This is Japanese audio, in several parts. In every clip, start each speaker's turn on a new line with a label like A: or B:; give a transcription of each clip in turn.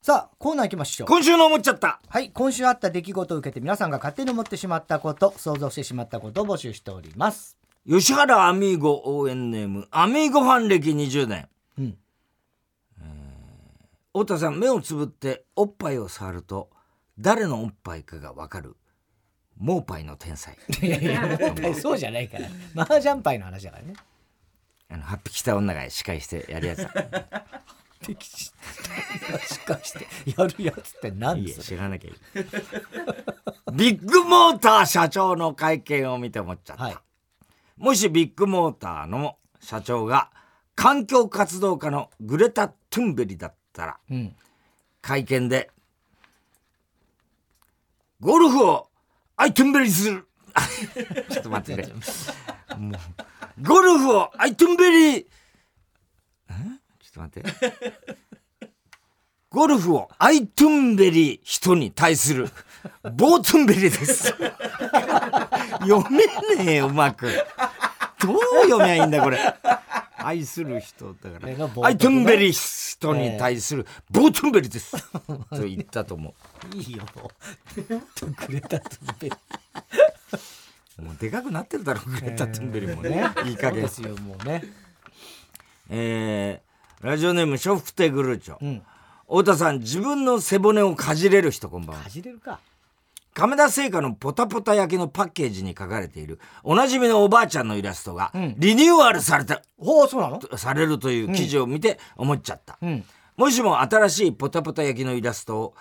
A: さあ、コーナー行きましょう。
B: 今週の思っちゃった
A: はい、今週あった出来事を受けて皆さんが勝手に思ってしまったこと、想像してしまったことを募集してお ります。
B: 吉原アミーゴ応援ネームアミーゴファン歴20年
A: うん。
B: 太田さん目をつぶっておっぱいを触ると誰のおっぱいかがわかるモーパイの天才
A: いやいや、そうじゃないから。麻雀牌の話だからね。
B: あのハッピー来た女が司会してやる やつだ
A: 敵視しかして、やるやつって何
B: いい
A: で
B: え
A: すか
B: 知らなきゃいいビッグモーター社長の会見を見て思っちゃった、
A: はい。
B: もしビッグモーターの社長が環境活動家のグレタ・トゥンベリだったら
A: うん。
B: 会見で、ゴルフをアイトゥンベリにする ちょっと待ってね。もうゴルフをアイトゥンベリんちょっと待って。ゴルフをアイトゥンベリ人に対するボートゥンベリです。 読めねえよ、うまく。どう読めばいいんだ、これ。愛する人だか
A: これ
B: ら
A: がボ。ー
B: アイトゥ
A: トゥン
B: ン
A: ベ
B: ベ
A: リ
B: リ人に対するボートゥンベリです。 と言ったと思
A: い いよ、もう。くれたとべ
B: う。もうでかくなってるだろう、グレタ・トゥンベリもね
A: ね。。
B: いい加
A: そう
B: 減
A: で。すよ、もうね。
B: えーラジオネーム、ショフテグルーチョ。
A: うん。
B: 太田さん、自分の背骨をかじれる人、こんばんは
A: か。じれるか。
B: 亀田製菓のポタポタ焼きのパッケージに書かれている、おなじみのおばあちゃんのイラストが、リニューアルされた、
A: おお、そうなの
B: されるという記事を見て思っちゃった。
A: うん。
B: もしも新しいポタポタ焼きのイラストを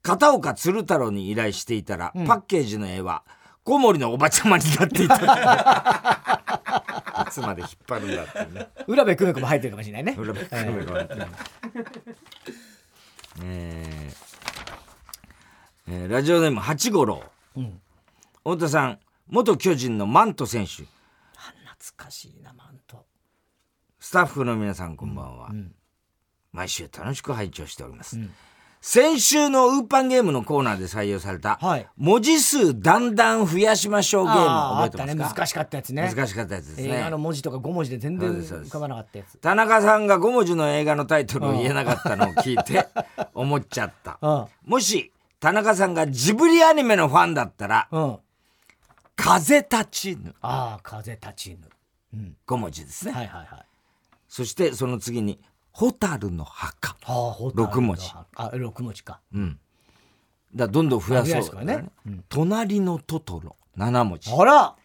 B: 片岡鶴太郎に依頼していたら、パッケージの絵は小森のおばちゃまになっていたいつまで引っ張るんだっていうね
A: 浦部久美子も入ってるかもしれないね。
B: 裏ばっかりごめんごめんえーえーラジオネーム八五郎、太田さん元巨人のマント選手
A: 懐かしいな、マント。
B: スタッフの皆さんこんばんは、毎週楽しく拝聴しております、先週のウーパンゲームのコーナーで採用された、
A: はい
B: 文字数だんだん増やしましょうゲーム
A: あー
B: 覚
A: あっ
B: えて
A: た
B: ま
A: ね
B: すか
A: 難しかったやつね
B: 難しかったやつですね
A: 映画の文字とか5文字で全然
B: そうですそうで
A: 浮
B: す
A: かばなかったやつ
B: 田中さんが5文字の映画のタイトルを言えなかったのを聞い て思っちゃった、
A: うん
B: もし田中さんがジブリアニメのファンだったら
A: うんあ
B: 「風立ちぬ
A: あー風立ちぬ」
B: 5文字ですね、
A: はいはいはい
B: そしてその次に「蛍の墓
A: ああほ
B: 六文字
A: あ六文字か」
B: だからどんどん増や
A: 増や
B: そ
A: す
B: う
A: か
B: だ
A: ら
B: ね
A: ね
B: 隣のトトロ」7文字
A: あら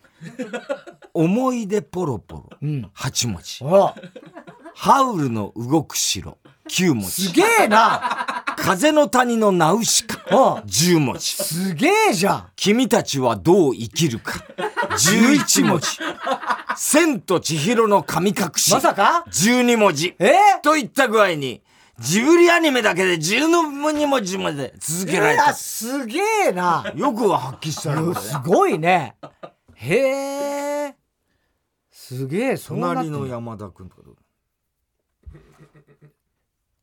B: 「思い出ポロポロ」
A: ん
B: 8文字
A: あら
B: 「ハウルの動く城」9文
A: す
B: 字
A: げえな
B: 「風の谷のナウシカ」
A: うん
B: 10文字
A: すげえじゃん
B: 君たちはどう生きるか。11文字。千と千尋の神隠し。
A: まさか
B: 12文字。
A: え
B: といった具合に、ジブリアニメだけで12文字まで続けられ
A: いや
B: た。
A: すげえな
B: よくは発揮したな、これね
A: すごいねへえすげえそうなって
B: 隣
A: ん
B: の
A: の
B: 山田君とかどう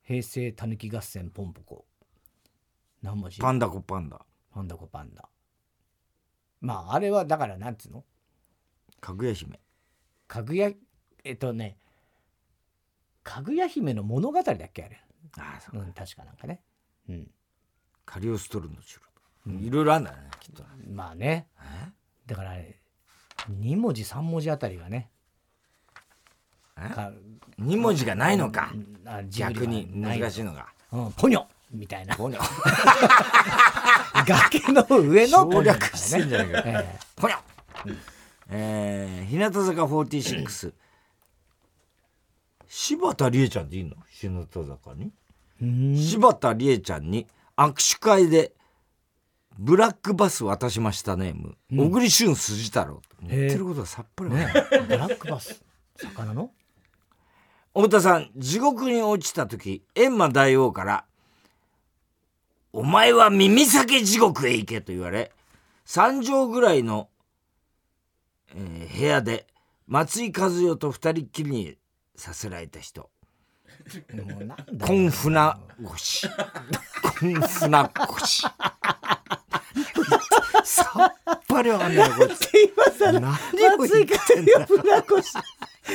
A: 平成たぬき合戦ポンポコ何文字
B: パンダコパンダ。
A: パンダコパンダ。まああれはだからなんつうの
B: かぐや姫。
A: かぐやえっとねかぐや姫の物語だっけあれ、
B: ああ、そうう。
A: ん、確かなんかね、うん、
B: カリオストルの城。いろいろあんだね、きっとね。
A: まあねだからあれ2文字3文字あたりがね
B: え
A: か
B: 2文字がないのか
A: う。んあジブリは
B: 逆に
A: ない
B: 難しいのが。
A: うん、ポニョみたいな 崖の上の ポ
B: 省
A: ニョだ
B: 略
A: か
B: してんじゃな いか。
A: らね、え
B: ほにゃ、えー、日向坂46柴田理恵ちゃんでいいの日向坂に
A: えうん
B: 柴田理恵ちゃんに握手会で「ブラックバス渡しましたネーム小栗旬筋太郎」言ってることはさっぱりわかんない
A: ブラックバス魚の
B: 太田さん地獄に落ちた時閻魔大王から「お前は耳裂け地獄へ行け」と言われ3畳ぐらいの、えー部屋で松井和代と二人っきりにさせられた人
A: もうなんだ
B: コンフナ腰コンフナ腰さっぱりわかんないこい つ
A: 今さら
B: 何を言っ
A: 松井
B: てん
A: 風
B: だ
A: よ船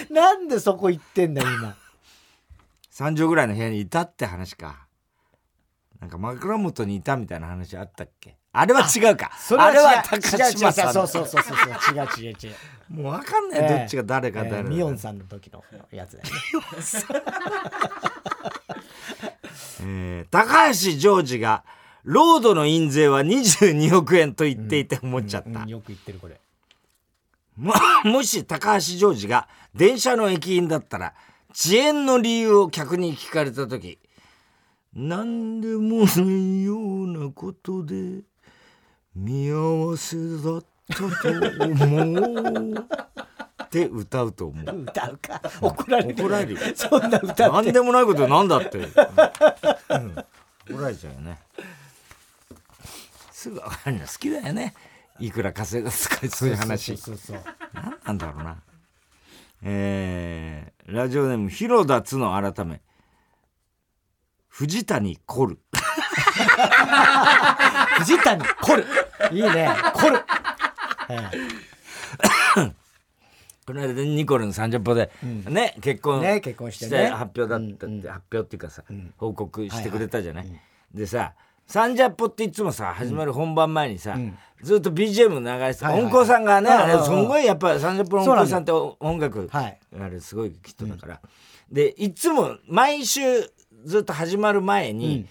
A: 越なんでそこ行ってんだよ今
B: 3畳ぐらいの部屋にいたって話か。なんか枕元にいたみたいな話あったっけあれは違うか。
A: それ
B: あ
A: は違
B: れ
A: う
B: は高島
A: 違う違
B: さ
A: うんそ
B: だ
A: うそうそうそう違う違う違う
B: もうわかんない、どっちが誰か
A: えー
B: 誰
A: え
B: だ
A: ーミヨンさんの時のやつだよね
B: えー高橋ジョージが、ロードの印税は22億円と言っていて思っちゃった。
A: うんよく言ってるこれ
B: も もし高橋ジョージが電車の駅員だったら遅延の理由を客に聞かれた時何でもないようなことで見合わせだったと思うって歌うと思う
A: 歌うか怒られる
B: 怒られるよ
A: そんな歌っ
B: 何
A: て
B: でもないことなんだって、うん怒られちゃうよねすぐ分かるの好きだよねいくら稼いだとかそういう話
A: そうそうそう
B: 何なんだろうな。えー、ラジオネーム、広田つの改め。藤谷コル。
A: 藤谷コルいいねコル
B: この間、ニコルの30歩で、ね、結婚
A: ね結婚してね
B: 発表だったって、発表っていうかさ、報告してくれたじゃない。でさ、サンジャポっていつもさ、始まる本番前にさ、ずっと BGM 流してた、
A: はいはい
B: 音工さんがね、
A: うんうんうん
B: あれ、すんごいやっぱりサンジャポの音工さんって音楽、
A: はい
B: あれすごい人だから、でいつも毎週ずっと始まる前に、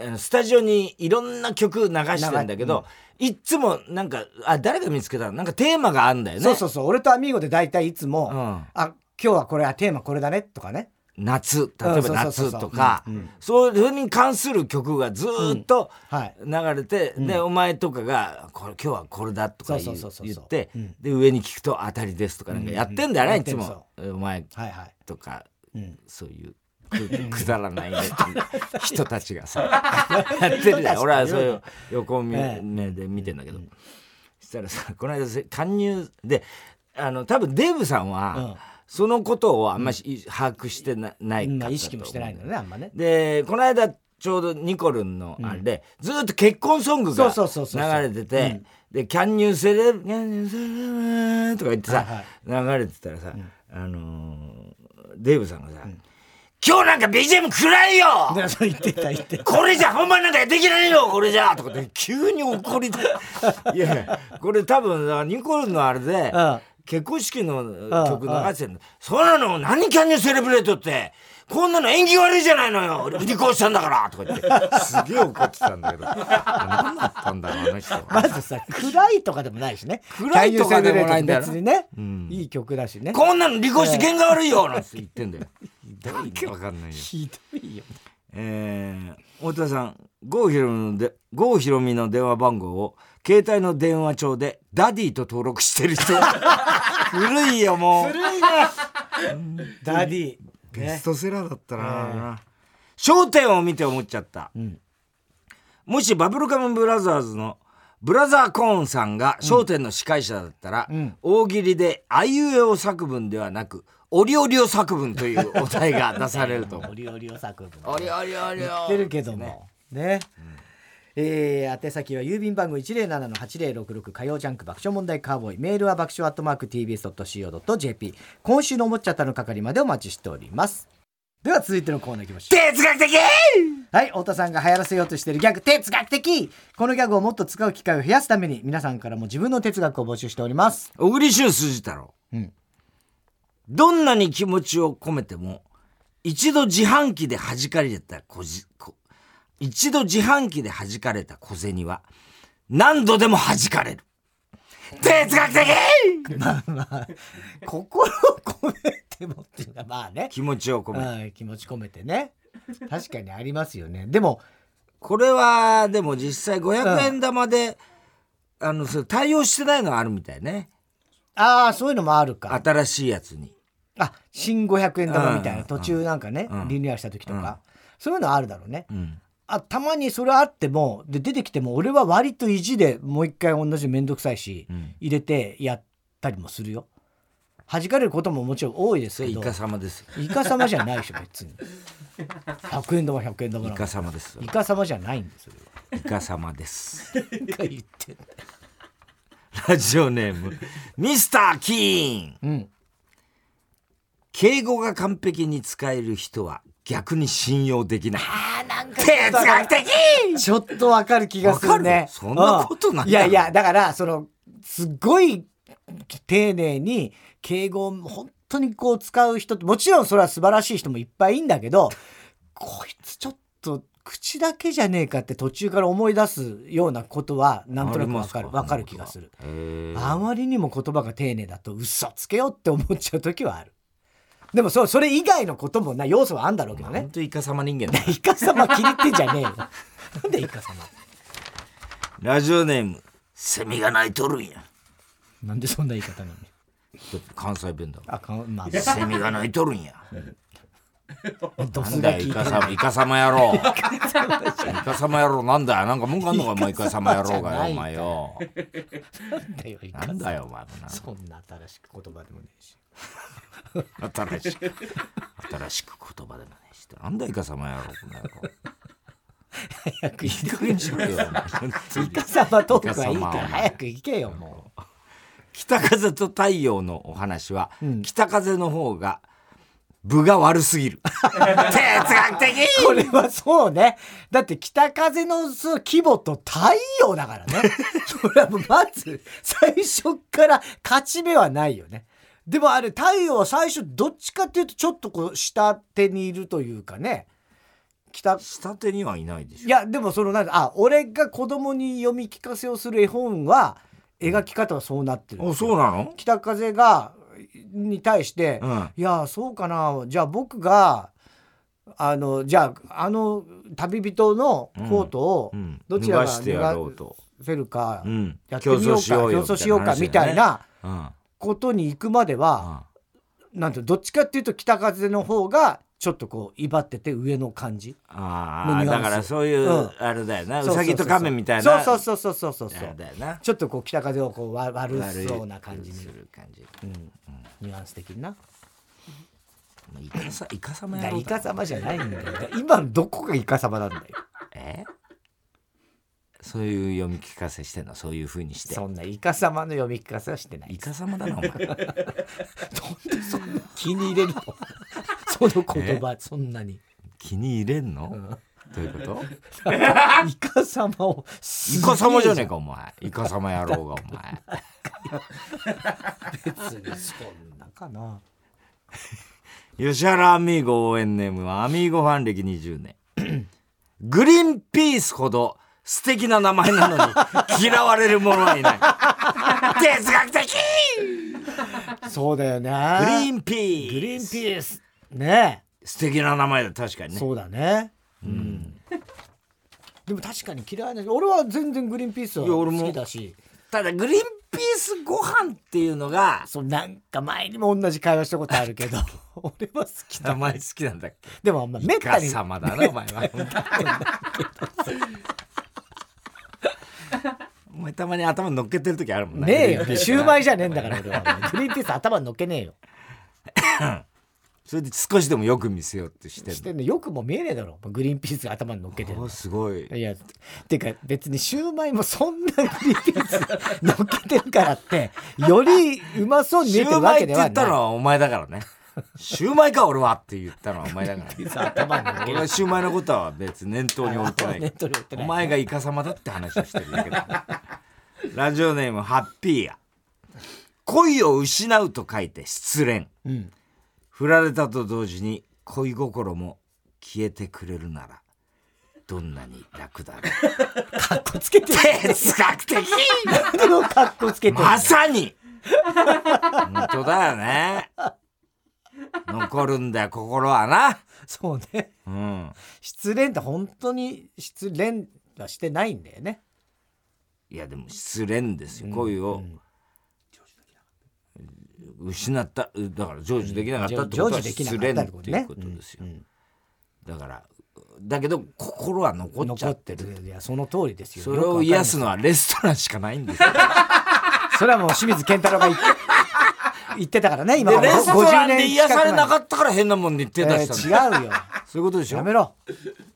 B: あのスタジオにいろんな曲流してるんだけど、いつもなんかあ誰が見つけたのなんかテーマがあるんだよね
A: そうそうそう俺とアミーゴで大体いつも、
B: うん
A: あ今日はこれはテーマこれだねとかね
B: 夏例
A: う
B: えば
A: んそうそうそう
B: 夏
A: そう
B: とか
A: うんうん
B: そういうに関する曲がずーっと
A: うんはい
B: 流れて、でお前とかがこれ「今日はこれだ」とか言う
A: そうそうそうそう
B: 言って、
A: うん
B: で上に聞くと「当たりです」とかなんかやってんだよね、
A: うん
B: いつ
A: やっ
B: もお前
A: はいはい
B: とか
A: うん
B: そういうくくだらないねっていう人たちが さやってるじゃん俺はそういう横目
A: ええ
B: で見てんだけどそしたらさこの間せ勧入であの多分デーブさん
A: うん
B: はそのことをあんまし把握してなないか
A: ま
B: ら
A: あ意識もしてないんだよねあんまね
B: でこの間ちょうどニコルンのあれで、ずーっと結婚ソングが
A: そうそうそうそうそう
B: 流れてて「でキャンニューセレブキャンニューセレブ」とか言ってさ、流れてたらさ、あのーデーブさんがさ「今日なんか BGM 暗いよ
A: でそう言ってた言ってた
B: これじゃ本番なんかできないよこれじゃ!」とかって急に怒りで いやいやこれ多分だからニコルンのあれで、
A: うん
B: 結婚式の曲流してるの。そんなの何キャンニューセレブレートって、こんなの縁起悪いじゃないのよ離婚したんだからとか言って、すげえ怒ってたんだけど、何だったんだろう、あの人
A: ま
B: は。
A: ずさ暗いとかでもないしね
B: 暗いとかでもないんだよな
A: 太陽セレブレート別にね、いい曲だしね
B: こんなの離婚して験が悪いよなんて言ってんだよ。わけわか んないよ。
A: ひどいよ
B: えー、太田さん、郷ひろみので、郷ひろみの電話番号を、携帯の電話帳で、ダディと登録してる 人。古いよ、もう。
A: 古いねダディ
B: ベストセラーだったな『笑点』を見て思っちゃった、もしバブルカムブラザーズのブラザーコーンさんが『笑点』の司会者だったら、大喜利で「あいうえお作文」ではなく「おりおりお作文」というお題が出されると思
A: オ
B: う
A: リオリオ作文
B: おりおりおり
A: 言
B: お
A: ってるけどもねえー宛先は郵便番号107-8066火曜ジャンク爆笑問題カーボーイメールは爆笑アットマーク TBS.CO.jp 今週の思っちゃったの係までお待ちしておりますでは続いてのコーナーいきましょう
B: 哲学的
A: はい太田さんが流行らせようとしているギャグ哲学的このギャグをもっと使う機会を増やすために皆さんからも自分の哲学を募集しております
B: 小栗旬筋太郎、
A: うん
B: どんなに気持ちを込めても一度自販機で弾かれた小じこ一度自販機で弾かれた小銭は何度でも弾かれる哲学的
A: 心を込めてもっていうのはまあね
B: 気持ちを込めて
A: うん気持ち込めてね確かにありますよねでも
B: これはでも実際500円玉で、あのそれ対応してないのあるみたいね
A: ああそういうのもあるか
B: 新しいやつに
A: あ新500円玉みたいな
B: うん
A: 途中なんかね
B: うん
A: リニューアルした時とかそういうのはあるだろうね
B: うん
A: あたまにそれあってもで出てきても俺は割と意地でもう一回同じめんどくさいし
B: うん
A: 入れてやったりもするよ弾かれることももちろん多いです
B: それ
A: け
B: イ
A: ど
B: カ様ですよ
A: イカ様じゃないでしょ 別に100円玉100円玉
B: イ
A: なん
B: カ
A: か
B: 様ですよ
A: イカ様じゃないんですよ
B: イカ様です
A: 一回言って
B: ラジオネーム、ミスター・キーン。
A: うん
B: 敬語が完璧に使える人は逆に信用できない。
A: あーなんか
B: 哲学的
A: ちょっとわかる気がする
B: わか
A: ね
B: る。そんなことない
A: うんいやいや、だから、その、すっごい丁寧に敬語を本当にこう使う人って、もちろんそれは素晴らしい人もいっぱいいんだけど、こいつちょっと口だけじゃねえかって途中から思い出すようなことは、なんとなくわかる、わかる気がする。。
B: へー
A: あまりにも言葉が丁寧だと嘘つけよって思っちゃう時はある。でもそう、それ以外のこともな、要素はあんだろうけどね
B: 本。当イカ様人間だ。
A: イカ様気に入ってんじゃねえよ。なんでイカ様
B: ラジオネーム、セミが鳴いとるんや。
A: なんでそんな言い方なの
B: 関西弁だか
A: あかん、まあ、
B: ら。セミが鳴いとるんや。
A: ド
B: なん
A: ス
B: だ
A: が
B: よ、
A: 効い
B: イ
A: てる
B: カ様、イカ様野郎。イカ様野郎、なんだよ。なんか文句あんのか、お前、イカ様野郎がよ、お前よ。
A: んだよ、イカ
B: なんだよ、お前もな。
A: そんな新しく言葉でもねえし。
B: 新しく、新しく言葉でもねえして。なんだよ、イカ様野郎、この野郎。
A: 早
B: い
A: く行
B: い加減にしろよ、お前本当に
A: イカ様トークはい
B: イ
A: いか
B: カ様
A: ら
B: は
A: 早く行けよ、もう。
B: 北風と太陽のお話は、
A: うん
B: 北風の方が部が悪すぎる哲学的
A: これはそうね。だって北風のそう規模と太陽だから ね。それはもうまず最初っから勝ち目はないよね。でもあれ太陽は最初どっちかっていうとちょっとこう下手にいるというかね。北
B: 下手にはいないでし
A: い
B: ょ
A: やでもそのなんかあ俺が子供に読み聞かせをする絵本は描き方はそうなってるん
B: お
A: ですよ
B: そうなの
A: 北風がに対して、
B: うん
A: いやそうかなじゃあ僕があのじゃああの旅人のコートを
B: うん
A: どちらが
B: 脱がしてやろうと、
A: 脱がせるか
B: うん、
A: やってみようか、競争しようかみたいな
B: な
A: ことに行くまで
B: 話だよ
A: は、
B: ね、
A: なんていうのどっちかっていうと北風の方がちょっとこう威張ってて上の感じ。
B: うんあ
A: の
B: あ
A: ニュアン
B: だ
A: ス
B: からそういう、
A: うん
B: あれだよなう
A: そうそ
B: さ
A: うそう
B: ぎと亀みたいな
A: そうそうそうそうそうそうそう
B: あれだよな
A: ちょっとこう北風をこうわ悪
B: 悪い
A: そうな感じに
B: す、る感じ
A: うん、ニュアンス的にな。
B: イカさイカ様
A: だ
B: や
A: から
B: ろ
A: イカ様じゃないんだよ。だから今のどこがイカ様なんだよ。
B: えそういう読み聞かせしてんのそういうふうにして
A: そんなイカ様の読み聞かせはしてない
B: イ。カ様だなお前
A: なんでそんな気に入れるのその言葉、そん なに。
B: 気に入れんの、どういう こと
A: イカ様をす
B: イ
A: げえ
B: カ様じゃねえかお前イカ様野郎がお前
A: 別にそんなか な。
B: 吉原アミーゴ応援ネームはアミーゴファン歴20年 グリーンピースほど素敵な名前なの に嫌われる者はいない哲学的
A: そうだよね。
B: グリーンピース
A: グリーンピース。ね
B: 素敵な名前だ確か
A: え
B: にね
A: そうだね。うん。でも確かに嫌いな俺は全然グリーンピースはい
B: や俺も
A: 好きだし。
B: ただグリーンピースご飯っていうのが
A: そうなんか前にも同じ会話したことあるけど 俺は好き
B: 名
A: だ
B: 前好きなんだっけ
A: でもあんまめ
B: イ
A: った
B: カ
A: に
B: 様だなお前はお前たまに頭乗っけてる時あるもんな
A: ねえよシューマイじゃねえんだ
B: ら
A: から俺はグリーンピース頭に乗っけねえよ
B: それで少しでもよく見せようってして
A: して
B: る
A: んのよくも見えねえだろグリーンピースが頭に乗っけてる
B: おすごい
A: いやてか別にシューマイもそんなグリーンピース乗っけてるからってよりうまそうに見
B: シ
A: え
B: ュ
A: てる
B: ー
A: わ
B: マイ
A: け
B: っ
A: で
B: て
A: はな
B: 言
A: い
B: ったのはお前だからねシューマイか俺はって言ったのはお前だから
A: ピース頭に乗っけ
B: 俺はシューマイのことは別に念頭に置いてない
A: ネットに売ってない
B: お前がイカ様だって話をしてるだけだラジオネームハッピーや恋を失うと書いて失恋
A: うん
B: 振られたと同時に恋心も消えてくれるならどんなに楽だろう
A: かっこつけてる
B: 哲学的
A: 何のかっこつけてる
B: まさに本当だよね残るんだよ心はな
A: そうね
B: うん
A: 失恋って本当に失恋はしてないんだよね
B: いやでも失恋ですよ恋を失ったうだから成就できなかったってこと
A: 成
B: は
A: 就でき
B: 失恋っ
A: なかっ
B: た
A: ってこと
B: ていう
A: ね
B: ことですよだからだけど心は残っち
A: 残
B: ゃ
A: っ
B: っててる
A: るいやその通りですよ
B: それを癒す
A: よく
B: のはレストランしかないん ですよ
A: わかんないそれはもう清水健太郎 が言っ言ってたからね今
B: でレストランで
A: 近
B: 癒
A: く前
B: されなかったから変なもんに手出したんだ、
A: えー違うよ
B: そういうことでし
A: や
B: ょ
A: めろ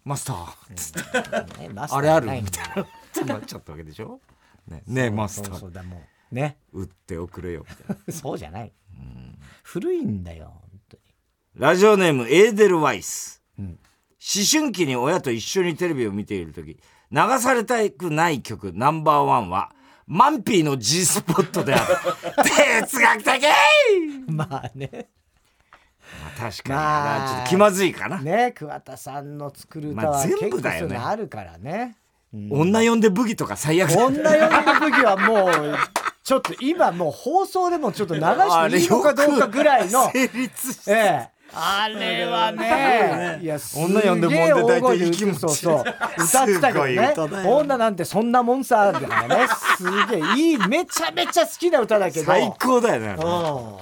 B: マスターつって
A: ねマスター
B: あれある
A: ないん
B: み
A: だ
B: た
A: よ
B: いなってなっちゃったわけでしょねねえマスタ
A: そうそ
B: ー
A: うだもうね
B: 打っておくれよみたいな
A: そうじゃない古いんだよ本当に
B: ラジオネームエーデルワイス
A: うん
B: 思春期に親と一緒にテレビを見ている時流されたくない曲ナンバーワンはマンピーの G スポットで ある哲学的
A: まあ ね
B: まあ確かにな、
A: まあ
B: ちょっと気まずいかな、
A: ね桑田さんの作る歌
B: ま
A: は
B: あ
A: 結
B: 全
A: 構
B: 部
A: そう
B: だ
A: い
B: よ
A: う
B: ね
A: のあるからね、うん
B: 女呼んでブギとか最悪だ
A: 女呼んだ時はもうちょっと今もう放送でもちょっと流していいのかどうかぐらい の
B: 成立し
A: ええあれはね、いや、すげえ
B: 女呼んでもんで大体息持ち
A: そうそう、歌って
B: す
A: たけどね
B: ごい歌だ、よ
A: 女なんてそんなもんさ、だからね、すげえ、いい、めちゃめちゃ好きな歌だけど、
B: 最高だよね
A: うん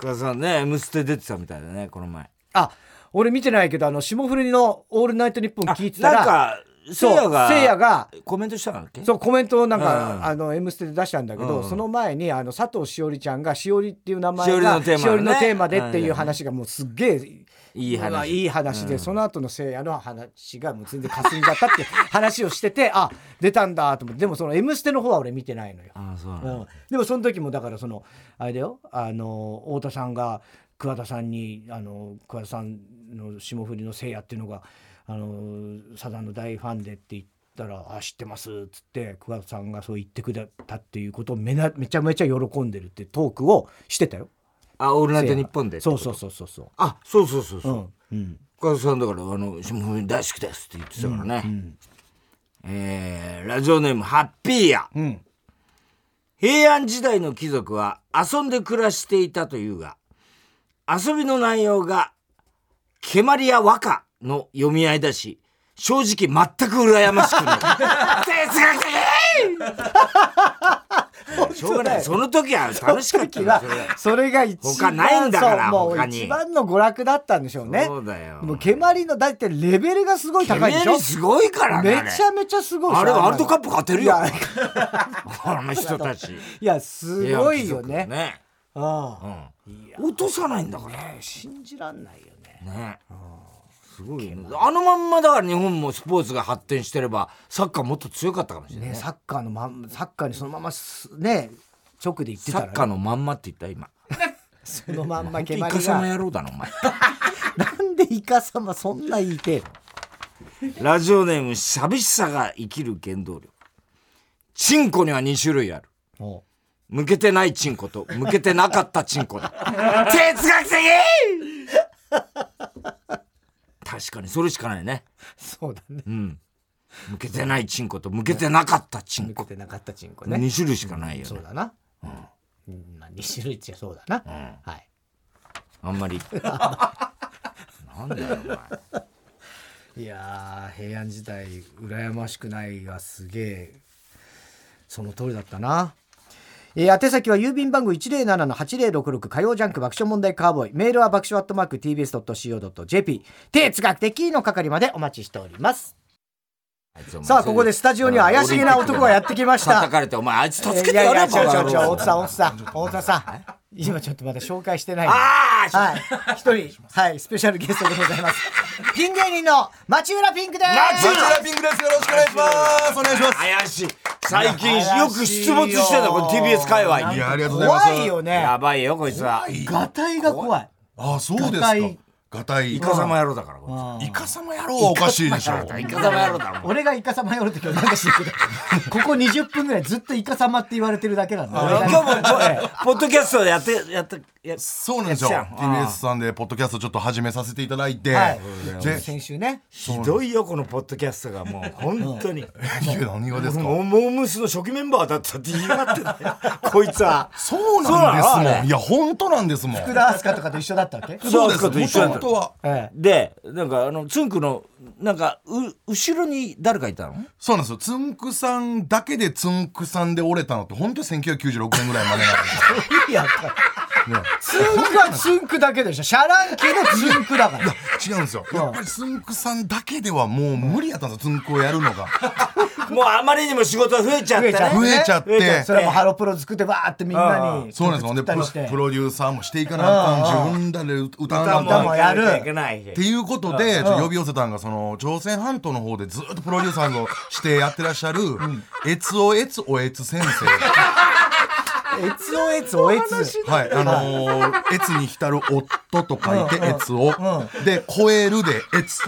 B: 桑田さんね「M ステ」出てたみたいだねこの前
A: あ、俺見てないけど、あの、霜降りのオールナイトニッポン聞いてたら、
B: なんかせ
A: そ、
B: いうやが
A: せいやが、
B: コメントしたんだっけ
A: そうコメントをなんか、
B: うん
A: あの「M ステ」で出したんだけど、
B: うん
A: その前にあの佐藤しおりちゃんが「しおり」っていう名前
B: しおり
A: が
B: のテーマね
A: しおりのテーマでっていう話がもうすっげえ
B: いい話
A: うわいい話で、その後のせいやの話がもう全然霞んじゃったって話をしててあ出たんだと思ってでもその「M ステ」の方は俺見てないのよ。
B: あそうなん
A: う
B: だ
A: ん、でもその時もだからそのあれだよあの太田さんが桑田さんにあの桑田さんの霜降りのせいやっていうのがあのサザンの大ファンでって言ったら「あ知ってます」っつって桑田さんがそう言ってくれたっていうことをめなめちゃめちゃ喜んでるってトークをしてたよ。
B: あオールナイトニッポンで
A: そうそううそうそうそ
B: あそうそうそう
A: う。う
B: そうん
A: うん
B: 岡田さんだからあの下振り大好きですって言ってたから
A: う
B: ね
A: ん
B: えーラジオネームハッピーや
A: うん
B: 平安時代の貴族は遊んで暮らしていたというが遊びの内容が「蹴鞠や和歌」の読み合いだし正直全く羨ましくない 哲学的しょうがないその時は楽しかったんだ
A: そ
B: そ
A: の時
B: れ
A: はそれが一
B: 他
A: 番
B: ないんだから
A: そうも
B: 他
A: う
B: に
A: 一番の娯楽だったんでしょうね。
B: そうだよ
A: もう蹴鞠のだってレベルがすごい
B: ケ
A: 高いでしょ。
B: すごいからね
A: め
B: あれ
A: ちゃめちゃすごいでしょ
B: あれ
A: んなの
B: ワールドカップ勝てるよ
A: いや
B: あの人たち
A: いや すごいよね
B: ね、
A: うん
B: うん、落とさないんだから
A: 信じらんないよね
B: ねすごいよねあのまんまだから日本もスポーツが発展してればサッカーもっと強かったかもしれない、
A: ね
B: ね、
A: サッカーのまんサッカーにそのまますね直で行って
B: サ
A: た
B: ッカー
A: らね
B: のまんまって言った今
A: そのまんま
B: 本当
A: 蹴
B: イ
A: 鞠
B: カサマ
A: が
B: 野郎だなお前
A: なんでイカ様そんな言いてえの
B: ラジオネーム寂しさが生きる原動力チンコには2種類ある
A: も
B: 向けてないチンコと向けてなかったチン コだ哲学的 確かにそれしかないね
A: うそうだね
B: うん向けてないチンコと向けてなかったチン
A: 抜
B: コ
A: けてなかったチンコね
B: 2種類しかないよ
A: そう
B: ね
A: だなうんまあ二種類違うそうだなはい
B: あんま りなんだよお前
A: いやー平安時代羨ましくないがすげえその通りだったな。えー宛先は郵便番号107-8066火曜ジャンク爆笑問題カーボーイメールは爆笑アットマーク TBS.CO.JP 哲学的の係までお待ちしております
B: あいつお前
A: さあここでスタジオには怪しげな男がやってきました
B: 叩かれてお前あいつ助け
A: い
B: てや
A: やい
B: れ
A: や
B: バカ
A: 違う違う違う
B: 野郎
A: 大津さん大津さん大津さん今ちょっとまだ紹介してないん
B: あ
A: で
B: あ
A: はい一人はいスペシャルゲストでございますピン芸人の町浦ピンクです
B: 町浦
C: ラピンクです。よろしくお願いします。お願いします。
B: 怪しい最近よく出没してたこの TBS 界隈
C: い
B: に
C: や、ありがとうございます。
A: 怖いよね
B: やばいよこいつは
A: ガタイが怖い。
C: あ、そうで
A: ガ
C: す
A: タ
C: か
A: イ。
C: ガタイ。
B: イカサマ野郎だからこいつは
C: イカ様野郎はおかしいでしょ。
B: イカサマ野郎だろ
A: 俺がイカ様やるときはなんか知ってるけど、ここ20分ぐらいずっとイカ様って言われてるだけなんだ。俺が
B: 今日もこうポッドキャストでやってやってや
C: そうなんですよ。
B: やっちゃう
C: TBS さんでポッドキャストちょっと始めさせていただいて、
A: はい
C: で、
A: 先週ね。
B: ひどいよこのポッドキャストがもう本当に。
C: いや何がですか。
B: モームスの初期メンバーだったって言い張ってたよこいつは
C: そう
B: そ
C: なん
B: う
C: です
B: な
C: も
B: の
C: ん。いや、本当なんですもん。
A: 福田明日香とかと一緒だったわけ。
C: そうです。
B: 福田明日香と一緒だ
C: 元々は。
A: ええ
B: でなんかあのつんくのなんかう後ろに誰かいたの
C: そうなんですよ。つんくさんだけでつんくさんで折れたのって、本当に1996年ぐらいまでなんですよ。
A: いや、つんくはつんくだけでしょ。シャランキのつんくだから。
C: 違うんですよ。やっぱりつんくさんだけではもう無理やったんですよ。つんくをやるのが。
B: もうあまりにも仕事が増えちゃって
A: 増えちゃ
B: ね
A: う
C: 増えちゃっ。
B: 増えちゃって
A: それもハロプロ作ってバーってみんなに。
C: そうなんですよ。ほんで
A: 作
C: プ
A: ったり
C: ロ
A: して
C: プロデューサーもしていかなあかん、自分だで歌わなあ
A: 歌
C: かん
A: も
C: っ
A: やる
B: いけない
C: ていうことで、ちょっと呼び寄せたんが、その、朝鮮半島の方でずっとプロ デューサーをしてやってらっしゃる、えつおえつおえつ先生。
A: えつおえつおえつ。
C: はい、あのー、越に浸る夫と書いて越を、で、超えるで越、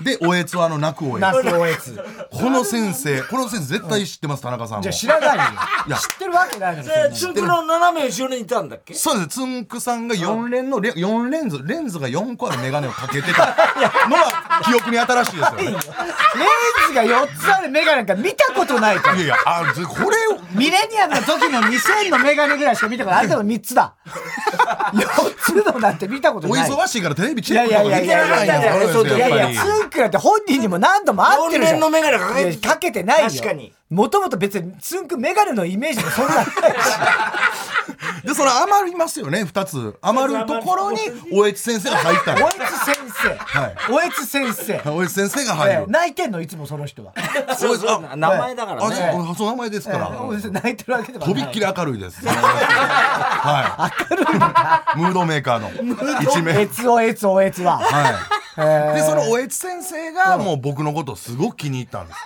C: で、お越はあの泣くお越
A: な。すおえつ。
C: この先生、この先生絶対知ってます、田中さんも。
A: じゃあ知らないよ。
C: いや
A: 知ってるわけないのに。
B: えつんくの斜め後ろにいたんだっけ
C: そうですつんくさんが4連のレ4レンズレンズが4個ある眼鏡をかけてた のは記憶に新しい ですよね
A: レンズが四つあるメガネなんか見たことないから
C: いやいやあずこれを
A: ミレニアムの時の2000のメガネぐらいしか見たことない。あれでも3つだ。4つのなんて見たこと
C: お
A: ない。
C: 忙しいからテレビチ
A: い
C: ェ
A: や
C: ッ
A: い
C: クと
A: や
C: か
A: い
C: で
A: や
C: き
A: い
C: な
A: や
C: い
A: いやいや
C: んですよ
A: いやいや、
C: やっ
A: ツ
C: ぱり
A: ンクだって本人にも何度も会ってるじゃん。
B: 往年のメガネかけてる
A: いやかけてないよ。
B: 確かに。
A: もともと別にツンクメガネのイメージもそんなないし。
C: でそれ余りますよね2つ余るところにおえつ先生が入った
A: お
C: の
A: えつ先生。おえつ先生。
C: おえつ先生が
A: え
C: 入
A: え
C: る
A: 泣いてんのいつもその人は。
B: そうそう名前だか
C: あ
B: らね
C: そうあそう名前ですから
A: ええ 泣いてるわけでもな
C: と
A: い。
C: びっきり 明るいですはい明るいムードメーカーの一
A: え
C: 名
A: つおえつおえつは。
C: はいでそのおえつ先生がもう僕のことをすごく気に入ったんです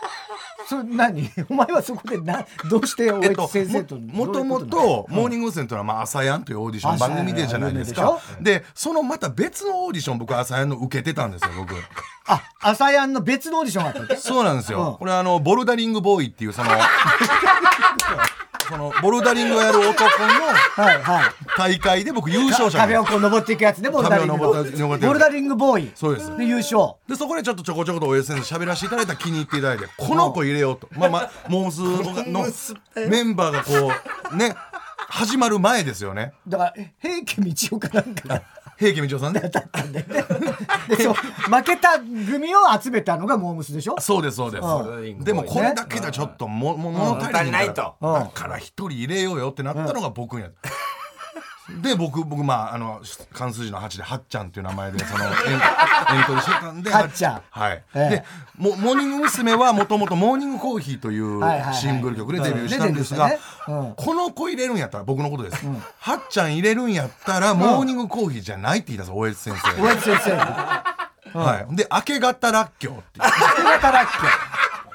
A: それ何 お前はそこでなどうしてお
C: え
A: え
C: っと
A: つ先生と、
C: ももとも
A: どういうこと
C: と「モーニング娘。」というのは「まあ朝やん」というオーディション番組でじゃないですか
A: 朝
C: でそのまた別のオーディション僕朝やんの受けてたんですよ僕
A: なのあ朝やんの別のオーディションがあったわけ
C: そうなんです
A: うん
C: よこれあのボルダリングボーイっていう そのそのボルダリングをやる男の
A: はいはい
C: 大会で僕優勝者なん
A: 壁
C: で
A: をこう登っていくやつねボルダリングボ
C: 壁を登って登っ
A: ー
C: て
A: イボルダリングボーイ
C: そうです
A: 優勝
C: すでそこでちょっとちょこちょことおや先生喋らせていただいたら気に入っていただいてこの子入れようとまあまあモースのメンバーがこうね始まる前ですよね
A: だからえ平家道夫かなん かが
C: 平家道夫さんね
A: だったんだよねでそう負けた組を集めたのがモームスでしょ
C: そうですそうです
B: うん
C: でもこれだけじゃちょっともも物足りないから
A: うん
C: だから一人入れようよってなったのが僕やで僕僕まああの漢数字の8で「はっちゃん」っていう名前で そのエンエントリーしてたんで
A: はっちゃん
C: はい、
A: ええ
C: でもモーニング娘。はもともと「モーニングコーヒー」という
A: はいはいはい
C: シングル曲でデビューしたんです
A: うん
C: が
A: デビューしたねうん
C: この子入れるんやったら僕のことです、はっちゃん入れるんやったら「モーニングコーヒー」じゃないって言ったんです大江津先生
A: おやつ先生が
C: はい、で「明け方らっきょう」っていう
A: 働き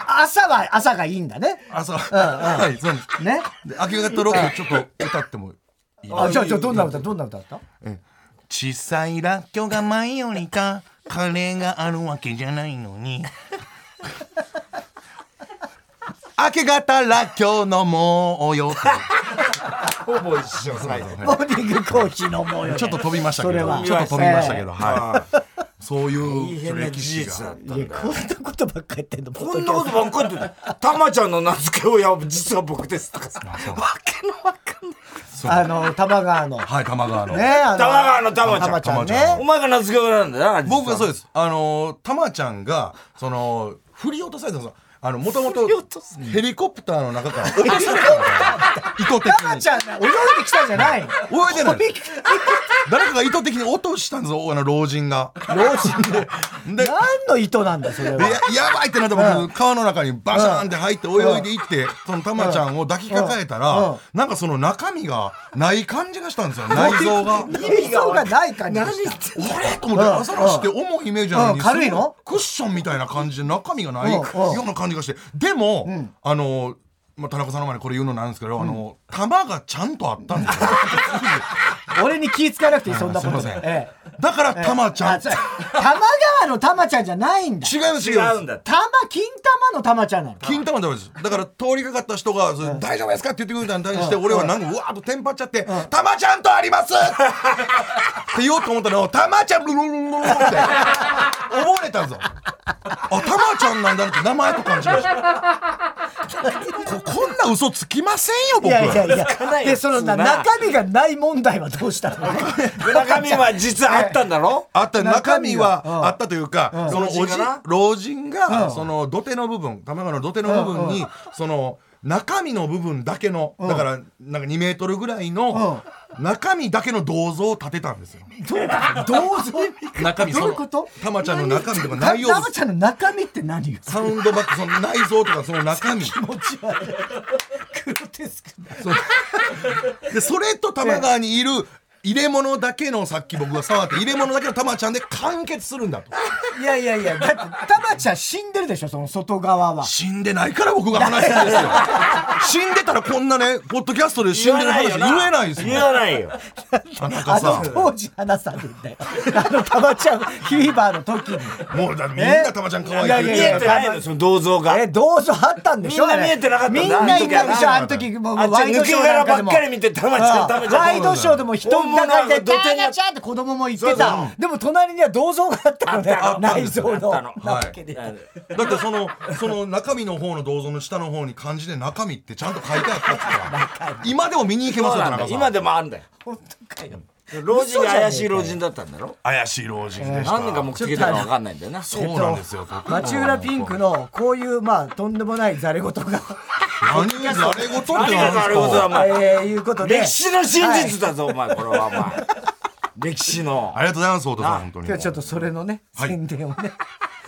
A: 朝は朝がいいんだね
C: 朝、はいそうなんです
A: ね
C: で明け方ロックちょっと歌ってもいい
A: あじゃあじゃあどんな歌どんな歌だ った
C: 小さいラッキョが前よりかカレーがあるわけじゃないのに 明け方ラッキョのも うよ
B: ほぼ一緒はい
A: モーニングコーヒーのもうよね
C: ちょっと飛びました
A: そ
C: け
A: れ
C: ど
A: は
C: ちょっと飛びましたけど、はいそう
B: 大
C: いう
B: 変な
C: 歴
B: 事
C: 史
B: 実だっ
C: が
B: た
A: いやこんなことばっかり言ってんの
B: こんなことばっかり言ってたたまちゃんの名付け親は実は僕ですとかさわけのわかんない
A: あの多摩川の
C: はい玉川の、
A: ねあの
B: 玉川の玉ちゃん
A: 玉ちゃん
C: 玉ちゃ
A: ね
B: お前が名付け親なんだよな
C: 僕はそう
B: う
C: ですあのー玉ちゃんがその振り落とされたんですよあのもともとヘリコプターの中から落とされたんですよ意図的
A: 玉
C: に
A: ちゃんが泳いできたんじゃないの
C: 泳いでない
A: びっくり
C: 誰かが意図的に落としたんですよあの老 人が
A: 老人で
C: で
A: 何の意図なんだそれ
C: でや
A: は
C: やばいってなって僕川の中にバシャーンって入って泳いでいってそのタマちゃんを抱きかかえた
A: うんうん
C: らなんかその中身がない感じがしたんですよ内臓が。
A: 内臓がない感じでした
C: あれと思って
A: うん
C: 朝ラシって重いイメージなの
A: うん
C: に
A: 軽いの
C: すごクッションみたいな感じで中身がない
A: うん
C: よ
A: うん
C: うな感じがしてでも、あの、まあ、田中さんの前にこれ言うのなんですけど、あの玉がちゃんとあったんですよ
A: 俺に気ぃつかなくていいそんな
C: す
A: こ
C: い
A: と
C: ません、
A: ええ
C: だから玉ちゃん、
A: あそう玉川の玉ちゃんじゃないんだ
C: 違います違いま
B: 違
C: す
B: うんだって
A: 玉金玉の玉ちゃんなの
C: 金玉食べですだから通りかかった人がそれ「大丈夫ですか?」って言ってくれたのに対して俺はなんかうわーっとテンパっちゃって「玉ちゃんとあります!」 って言おうと思ったのを「玉ちゃんブルルルルルル」って覚えたぞあ玉ちゃんなんだって名前と感じましたここんな嘘つきませんよ
A: い
C: 僕
A: やいやいや
B: ないよ
A: でその
B: 普通
A: な
B: な
A: 中身がない問題はどうしたの
B: 中身は実はあったんだろ
C: あった
A: 中
C: 中
A: 身
C: 身
A: は
C: はあったというか、そのおじ
B: 老人かな
C: 老人がその土手の部分玉川の土手の部分にその中身の部分だけのだからなんか2メートルぐらいの中身だけの銅像を建てたんですよ。
A: どうどうぞ
C: 中身
A: ど
C: そう
A: い
C: の
A: うこと
C: 玉ちゃんの中身とか
A: た
C: 内容
A: 玉ちゃんの中身って何よ
C: サウンドバックその内臓とかその中身
A: 気持ち悪いグロテスクな
C: でそれと玉川にいる入れ物だけのさっき僕が触って入れ物だけのたまちゃんで完結するんだと
A: いやいやいやだってたまちゃん死んでるでしょその外側は
C: 死んでないから僕が話してるんですよ死んでたらこんなねポッドキャストで死んでる話言えないですよ
B: 言わないよ。
C: 田中
A: あ
C: さ
A: の
C: ん
A: 当時話されてんだよあのたまちゃんフィーバーの時に
C: もうだみんなたまちゃん可愛いって言っ
B: 見
C: てる
B: えてないの、その銅像が。
A: え銅像あったんでしょ
B: みんな見えてなかったんだ
A: みんないたでしょ
C: あ
A: あ
C: の
A: の
C: 時
A: 時もう
B: あっち
A: ワイド
B: 抜
A: シ
B: け
A: ョーな
B: 殻
A: んか
B: ば
A: で
B: っ
A: も
B: かり見て、たまちゃん、たまちゃん。
A: ワイドショーでも人いたかいて「
B: 本物なの
A: タナちゃん」って子供も言ってたでも隣には銅像があったのね
B: あったの
A: 内臓の
B: あったの
A: なわけで
C: だってそのその中身の方の銅像の下の方に漢字で中身ってちゃんと書いてあったっつから今でも見に行けま
B: そ
C: す
B: う
C: よ
B: なんだ
C: 田中
B: よ
C: さん
B: 今でもあんだよ。
A: 本当かよ
B: 老人が怪しい老人だったんだろ
C: 怪しい老人でした
B: 何年か目的だか分かんないんだよな。
C: そうなんですよ
A: 町浦ピンクのこういうまあとんでもないざれ言が、
C: 何ざれ事ってな
B: 何が
C: んです
B: ざれ事だ、お
C: か
B: 前。
A: えー、いうことで
B: 歴史の真実だぞ、お前、これは、お前。歴史の
C: あ。りがとうございます太田さん本当に
A: 今日ちょっとそれのね
C: はい
A: 宣伝をね、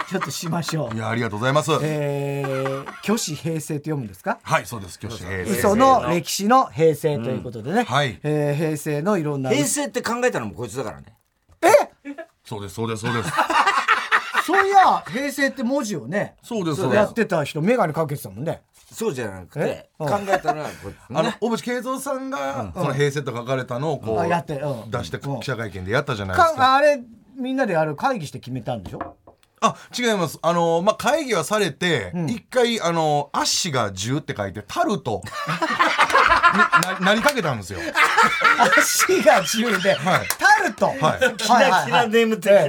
A: ちょっとしましょう
C: いやありがとうございますは
A: えー、虚子平成と読むんですか
C: いそうです挙手平成
A: 嘘の歴史の平成ということでね、
C: はい
A: えー平成のいろんな
B: 平成って考えたのもこいつだからね。
C: そうですそうですそうです
A: そういや平成って文字をね
C: そうですそうで
A: や
C: す
A: ってた人眼鏡かけてたもんね
B: そうじゃなく
A: え
B: て、
A: う
B: 考
A: ん
B: えたのはこいつ
C: あの
B: ね。
C: 小渕恵三さんがその平成と書かれたのをこ
A: あやってうん
C: う出して記者会見でやったじゃないですか
A: かあれみんなであれ会議して決めたんでし ょ
C: あ違いますあの、まあ、会議はされて一、回あの「アッシュが10」って書いて「タル ト」にななりかけたんですよ
A: 足が自由で、
C: はい
A: タルト、
C: はい
A: キ
B: キラキラネーム的な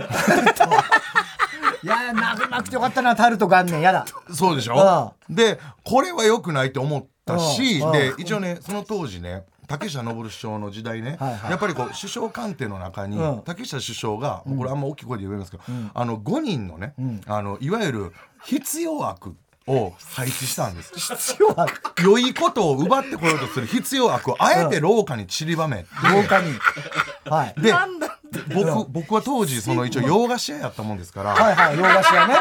A: いやなくなくてよかったなタルト元年やだ
C: そうでし
A: ああ
C: ょでこれは良くないと思ったし
A: あああ
C: で一応ねその当時ね竹下登首相の時代ね、
A: はいはい
C: やっぱりこう首相官邸の中に、
A: うん
C: 竹下首相が、もうこれあんま大きい声で言えないんですけど、あの5人のね、あのいわゆる必要悪を配置したんです
A: 必要は
C: 良いことを奪ってこようとする必要悪をあえて廊下に散りばめて、
A: 廊下にはい
C: で僕僕は当時その一応洋菓子屋やったもんですから
A: はいはい洋菓子屋 ね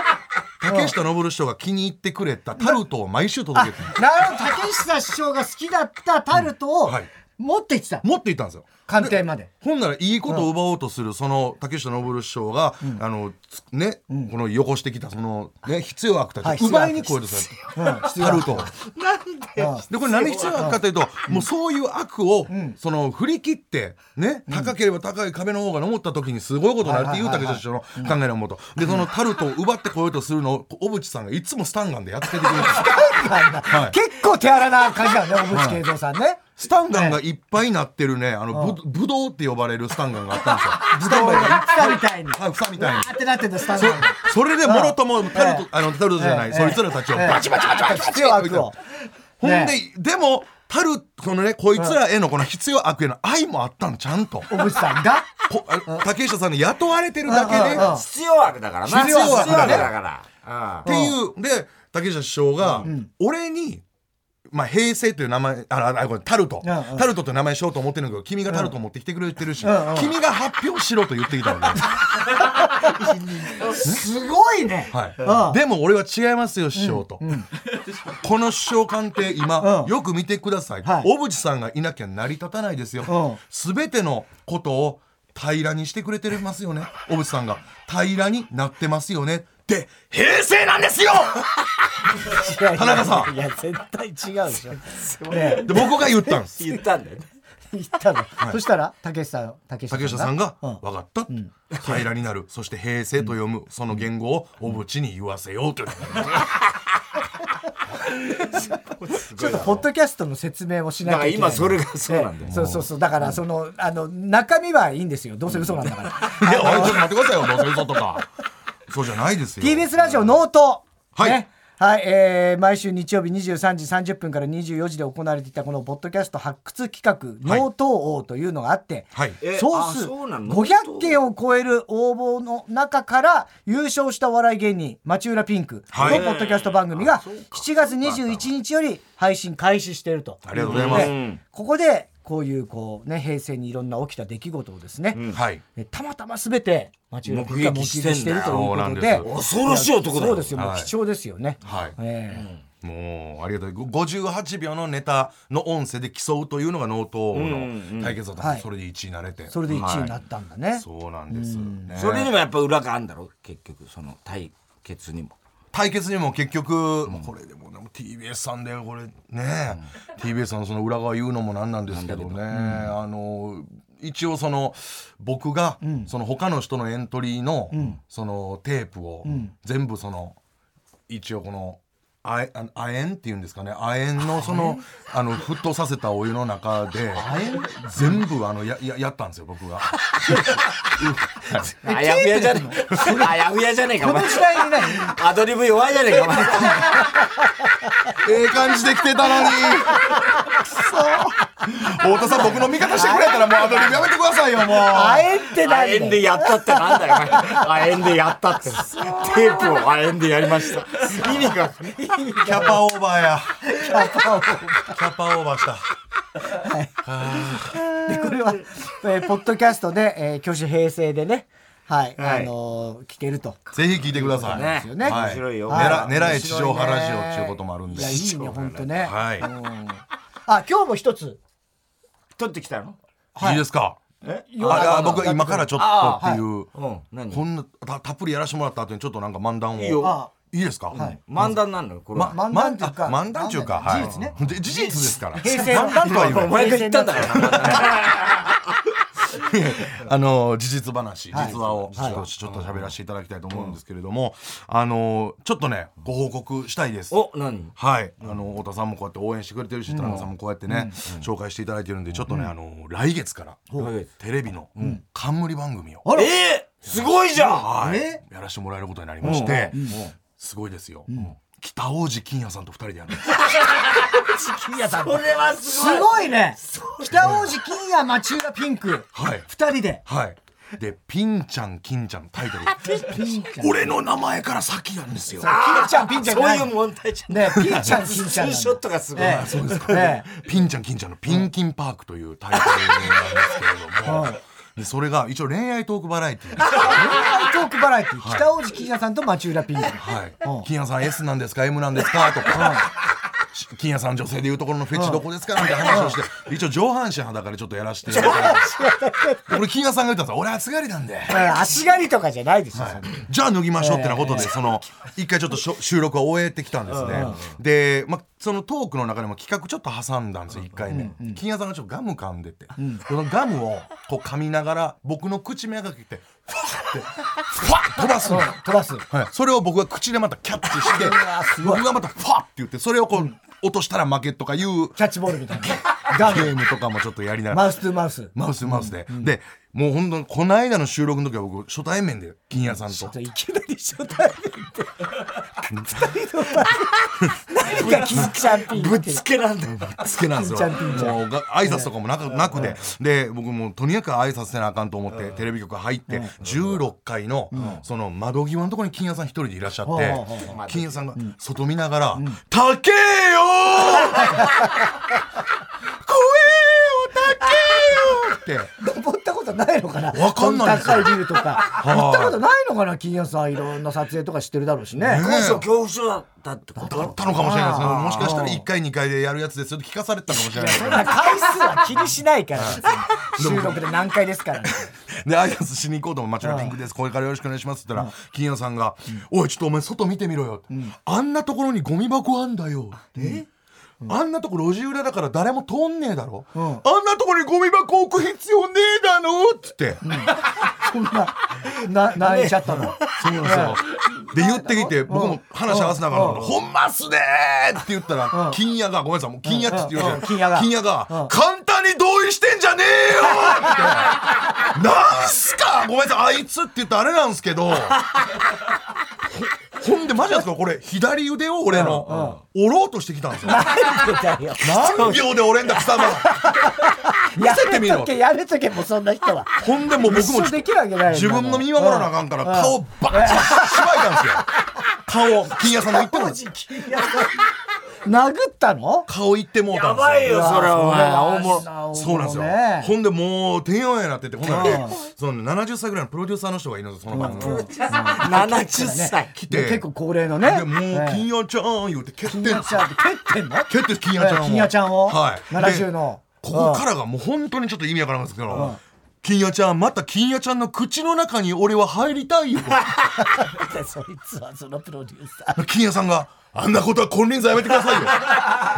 C: 竹下登る人が気に入ってくれたタルトを毎週
A: あな
C: 届
A: る
C: けて
A: ほど竹下首相が好きだったタルト
C: う
A: を
C: んはい
A: 持ってきてた
C: 持っていったんですよ
A: 官邸まで
C: ほんならいいことを奪おうとするその竹下登る師匠が、あのつね、この汚してきたその、ね、必要悪
A: は
C: た
A: い
C: ちを奪いに来ようとす
A: う
C: る、
A: ん必要
C: タルトを
A: うん
C: でこれ何必要悪かというと、もうそういう悪を、その振り切ってね高ければ高い壁の方が思った時にすごいことになるっていう
A: はいはいはい
C: 竹下師匠の考えのもと、でそのタルトを奪ってこようとするのを小渕さんがいつもスタンガンでや ってくれるんですよはい
A: 結構手荒な感じだね小渕恵三さんね
C: スタンガンがいっぱいになってるねあのぶぶどうって呼ばれるスタンガンがあったん ですよスタンガンがいっぱい
A: 草みたいにわ
C: はい、房みたいに。
A: ーってなってんだスタンドに
C: それでもろともタ
A: え
C: ルト、
A: え
C: あのタルトじゃない、
A: ええ
C: そいつらたちをバチバチバチバチバチ
A: 必要悪を
C: ほんで、
A: ね
C: でもタルそのねこいつらへのこの必要悪への愛もあったのちゃんと
A: 小渕さん が
C: こあ竹下さんの雇われてるだけ
A: うんうんうん
C: で
B: 必要悪だからな。
C: 必要悪だね
B: 必要から。
C: っていうで竹下首相が俺にまあ平成という名前あああこれタルト
A: うんうん
C: タルトという名前にしようと思ってるんだけど君がタルト持ってきてくれてるし
A: んうん
C: 君が発表しろと言ってきたので
A: すごいね
C: は
A: うん
C: い、でも俺は違いますよ師匠と、この首相官邸今、
A: うん
C: よく見てください、
A: はい
C: 小渕さんがいなきゃ成り立たないですよ、全てのことを平らにしてくれてますよね小渕さんが平らになってますよねで平成なんですよ
A: 田
C: 中さん
A: いや絶対違うでしょね
C: で僕が言ったんです
B: 言ったんだよね。
A: 言ったのそしたら竹下さん竹
C: 竹下さんが「
A: うん
C: 分かった」平らになるそして「平成」と読むその言語を小渕に言わせようという
A: ちょっとポッドキャストの説明をしな
B: だ
A: い
B: か
A: と
B: ら
A: いけ
B: 今それ
A: ない
B: がそうなんだよ。
A: そうそうそうだからそのあの中身はいいんですよどうせ嘘なんだから
C: いやおいちょっと待ってくださいよどうせ嘘とかそうじゃないですよ
A: TBS ラジオノート
C: はい
A: ねはいえー毎週日曜日23時30分から24時で行われていたこのポッドキャスト発掘企画「
C: はい
A: ノート王」というのがあって、
C: はい
B: え
A: 総
B: あ
A: 数
B: そうなの
A: 500件を超える応募の中から優勝したお笑い芸人町浦ピンクの
C: はい
A: ポッドキャスト番組が
B: そうか
A: 7月21日より配信開始していると。
C: ありがとうございます、
A: ねここでこういうこうね平成にいろんな起きた出来事をですね、
B: うん
C: はい。
A: えたまたま全て町浦君が
B: 目撃
A: 目撃
B: し
A: して
B: んだよ
A: てるということで
C: そう
B: 恐
C: なん
B: ろしい男だ
A: そうですよ、も
C: は
A: う
C: い
A: 貴重ですよね、
C: はい。
A: ええ
C: もうありがとうご58秒のネタの音声で競うというのがノートの対決だった、
A: うんうん
C: それで1位になれて
A: それで1位になったんだね、
C: そうなんです、ね
B: それにもやっぱ裏があるんだろ結局その対決にも
C: 対決にも結局、もうこれでもでも TBS さんでこれね、TBS さんのその裏側言うのもなんなんですけどね、あの一応その僕がその他の人のエントリーのそのテープを全部その一応この。あえあの亜鉛っていうんですかね亜鉛のそのあの沸騰させたお湯の中で全部あのやややったんですよ僕 が
B: あやふやじゃねえかあやふやじゃねえかお
A: こ
B: 前
A: の時代にね
B: アドリブ弱いじゃねえかお前
C: ええ感じで来てたのに。太田さん僕の味方してくれたらもうアドリブやめてくださいよもう
A: あえって
B: あ
A: ない
B: えんでやったってなんだよ、お前。あえんでやったって。テープをあえんでやりました。意味が。
C: キャパオーバーやキャパオーバーした
A: でこれは、えーポッドキャストで、えー、挙手平成でねはい、
B: はい
A: あのー聞けると
C: ぜひ聞いてください
B: ね
A: よね
C: は
B: 面白いよ
C: 狙
B: 面白い
C: 狙え地上波ラジオっていうこともあるん
A: い
C: で
A: やいいね本当ね、
C: はいい
A: あ今日も一つ
B: 取ってきたの
C: いですか
B: え
C: ああ僕今からちょっとっていう
B: うん、何
C: こんなたたっぷりやらしてもらった後にちょっとなんか漫談を
B: いいよ
A: あ
C: いいですか
B: 漫談なんのこれは。
A: ま漫談っていうか
C: あ漫談っていうかはい
A: 事実ね
C: で事実ですから
A: 平成の
C: 漫談とは言わない
B: お前が言ったんだから。
C: あの事実話、
A: はい
C: 実話をちょっと、
A: はい
C: ちょっと喋らせていただきたいと思うんですけれども、あのちょっとねご報告したいです。
B: お、何
C: はい、あの太田さんもこうやって応援してくれてるし、田中さんもこうやってね、紹介していただいてるんで、ちょっとね、あの来月から
B: 月
C: テレビの冠番組を、
B: えーすごいじゃん
C: はい
A: え
C: やらせてもらえることになりまして、すごいですよ。北大路欣也さんと二人でやるんです。
A: 金谷さん
B: これは
A: す
B: すごい
A: ごいね北王子金谷町浦ピンク
C: はい
A: 二人で
C: はい。で、ピンちゃん金ちゃんタイ トル。
A: ピンちゃん
C: 俺の名前から先なんですよ。
A: 金ちゃんピンちゃんじゃない
B: そういう問題じゃん。
A: ねピンちゃん金ち
B: ツ
A: ゃん
B: ーショットがすごい。
A: ええ
C: そうですか、
A: え
C: ピンちゃん金ちゃんのピンキンパークというタイトルなんですけれども、でそれが一応恋愛トークバラエティーで、
A: 恋愛トークバラエティー北王子金谷さんと町浦ピンク
C: はい
A: うん、
C: 金谷さん S なんですか M なんですかとか。し金谷さん女性でいうところのフェチどこですかみたいな話をして一応上半身裸でちょっとやらせていただいてこれ金谷さんが言ったんですよ俺暑がりなんで
A: えー足狩りとかじゃないですよそんな
C: じゃあ脱ぎましょうってなことで、その一回ちょっとし ょ収録を終えてきたんですね、で、ま、そのトークの中でも企画ちょっと挟んだんですよ1回目、金谷さんがちょっとガム噛んでて、そのガムをこう噛みながら僕の口目がけてフ ァッてファッて飛ばすの、
A: 飛ばす
C: はい、それを僕が口でまたキャッチして
A: すごい
C: 僕がまたファッて言ってそれをこう落としたら負けとかいう
A: キャッチボールみたいな
C: ゲームとかもちょっとやりながら
A: マウストゥマウス
C: マウスマウスで、でもう本当にこの間の収録の時は僕初対面で金谷さんと
A: いきなり初対面って二人の 前で何が金ちゃんピン
B: ぶっ
A: って
B: つけなんだよ。
C: つけなんですよ
A: ピンちゃんピンちゃん
C: もうが挨拶とかもなくなくでで僕もうとにかく挨拶せなあかんと思ってテレビ局入って16階のその窓際のところに金谷さん一人でいらっしゃって
A: う
C: 金谷さんが外見ながら「高えよー怖えよ高えよ!」って。
A: 登ったことないのかな
C: わかんないですよ
A: 高いビル とか行ったことないのかな金谷さんいろんな撮影とか知ってるだろうしね
B: 高所恐怖症だったってこ
C: だっ
B: と
C: たのかもしれないですね
A: あー
C: もしかしたら1回2回でやるやつですよって聞かされてたかもしれないです
A: そ
C: け
A: ん
C: ど
A: な回数は気にしない から別に収録で何回ですからね
C: で挨拶しに行こうとも「町のピンクですこれからよろしくお願いします」って言ったら金谷さんが「おいちょっとお前外見てみろよって」あんなところにゴミ箱あんだよ」って。あんなとこ路地裏だから誰も通んねえだろ、あんなところにゴミ箱置く必要ねえだろっつって、
A: そんなな泣いちゃったの、
C: そうなんですよで言ってきて僕も話合わせながら「ほんまっすねー!」って言ったら金谷がごめんなさいもう金谷って言ってました
A: うんうん金谷が
C: 金谷が「簡単に同意してんじゃねえよ!」って「なんすかごめんなさいあいつ」って言ってあれなんですけど ほほんでマジなんですかこれ左腕を俺の折ろうとしてきたんですよ
A: なんでだよ
C: 何秒で折れんだ貴様見
A: や
C: せて
A: め
C: み
A: と
C: ろ
A: けやめとけもうそんな人は
C: ほんでもう 僕も
A: 一緒できるわけないよ
C: 自分の見守らなあかんから顔バッチリしばいたんですよ。顔、金谷さんの言ってるんです。
A: 金谷さん殴ったの
C: 顔いってもうた
B: や
C: んですよ
B: ばいよ、それお前。大物。
C: そうなんですよ、ほんでもう天安やなっててほんならねその70歳ぐらいのプロデューサーの人がいるんですよその番組の
B: 70歳。
C: 来て
A: 結構高齢のね
C: でもう金曜ちゃん言うて蹴ってん
A: 金
C: す
A: 屋ちゃん蹴ってんの
C: 蹴って金曜ちゃんを
A: 金屋ちゃんを
C: はい
A: 70
C: で
A: の
C: ここからがもう本当にちょっと意味わからないんですけど金曜ちゃんまた金曜ちゃんの口の中に俺は入りたいよ
A: らそいつはそのプロデューサー
C: 金曜さんがあんなことは金輪際やめてくださいよ